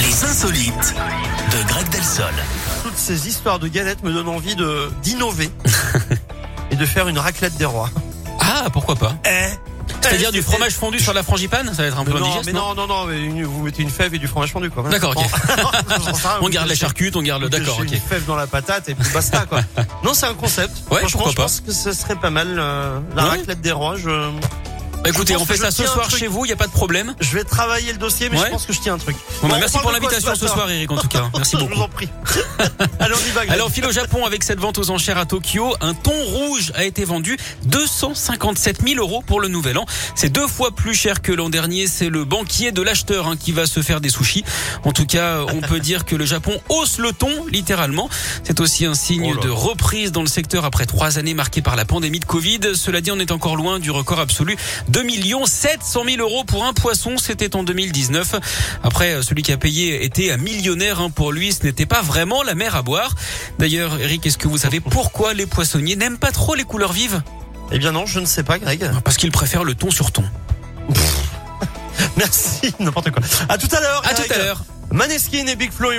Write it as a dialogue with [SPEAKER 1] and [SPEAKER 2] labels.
[SPEAKER 1] insolites de Greg Delsol.
[SPEAKER 2] Toutes ces histoires de galettes me donnent envie de d'innover et de faire une raclette des rois.
[SPEAKER 3] Ah, pourquoi pas
[SPEAKER 2] Eh
[SPEAKER 3] C'est-à-dire
[SPEAKER 2] eh,
[SPEAKER 3] du
[SPEAKER 2] c'est-
[SPEAKER 3] fromage fondu sur la frangipane Ça va être un peu
[SPEAKER 2] non,
[SPEAKER 3] indigeste,
[SPEAKER 2] mais
[SPEAKER 3] non
[SPEAKER 2] non, non, non, mais une- vous mettez une fève et du fromage fondu, quoi.
[SPEAKER 3] D'accord, ok.
[SPEAKER 2] J'en sais rien,
[SPEAKER 3] On
[SPEAKER 2] vous
[SPEAKER 3] garde la
[SPEAKER 2] cachez-
[SPEAKER 3] charcute, on garde le...
[SPEAKER 2] vous
[SPEAKER 3] D'accord,
[SPEAKER 2] cachez
[SPEAKER 3] ok.
[SPEAKER 2] Une fève dans la patate et puis basta, quoi. non, c'est un concept.
[SPEAKER 3] Ouais,
[SPEAKER 2] Franchement,
[SPEAKER 3] pourquoi
[SPEAKER 2] je
[SPEAKER 3] pas.
[SPEAKER 2] pense que ce serait pas mal. euh, la
[SPEAKER 3] Ouais.
[SPEAKER 2] raclette des rois, je,
[SPEAKER 3] Bah, écoutez,
[SPEAKER 2] je pense
[SPEAKER 3] on fait
[SPEAKER 2] que
[SPEAKER 3] ça
[SPEAKER 2] je
[SPEAKER 3] ce
[SPEAKER 2] tiens un
[SPEAKER 3] soir
[SPEAKER 2] truc.
[SPEAKER 3] chez vous, il n'y a pas de problème.
[SPEAKER 2] je vais travailler le dossier, mais
[SPEAKER 3] Ouais.
[SPEAKER 2] je pense que je tiens un truc.
[SPEAKER 3] Bon, bah,
[SPEAKER 2] Bon,
[SPEAKER 3] merci
[SPEAKER 2] on
[SPEAKER 3] pour
[SPEAKER 2] parle de quoi
[SPEAKER 3] l'invitation ce
[SPEAKER 2] matin
[SPEAKER 3] soir, Eric, en tout cas. Merci
[SPEAKER 2] Je
[SPEAKER 3] beaucoup.
[SPEAKER 2] vous en prie. Allez, on y va, Greg.
[SPEAKER 3] Alors, file au Japon avec cette vente aux enchères à Tokyo. Un thon rouge a été vendu 257 000 euros pour le nouvel an. C'est deux fois plus cher que l'an dernier. C'est le banquier de l'acheteur hein, qui va se faire des sushis. En tout cas, on peut dire que le Japon hausse le ton, littéralement. C'est aussi un signe
[SPEAKER 2] Oh là.
[SPEAKER 3] de reprise dans le secteur après trois années marquées par la pandémie de Covid. Cela dit, on est encore loin du record absolu. 2 700 000 euros pour un poisson, c'était en 2019. Après, euh, celui qui a payé était un millionnaire. hein. Pour lui, ce n'était pas vraiment la mer à boire. D'ailleurs, Eric, est-ce que vous savez pourquoi les poissonniers n'aiment pas trop les couleurs vives
[SPEAKER 2] Eh bien, non, je ne sais pas, Greg.
[SPEAKER 3] Parce qu'ils préfèrent le thon sur thon.
[SPEAKER 2] Merci, n'importe quoi. À tout à l'heure.
[SPEAKER 3] À tout
[SPEAKER 2] Greg.
[SPEAKER 3] à l'heure
[SPEAKER 2] Maneskin et Big Flo.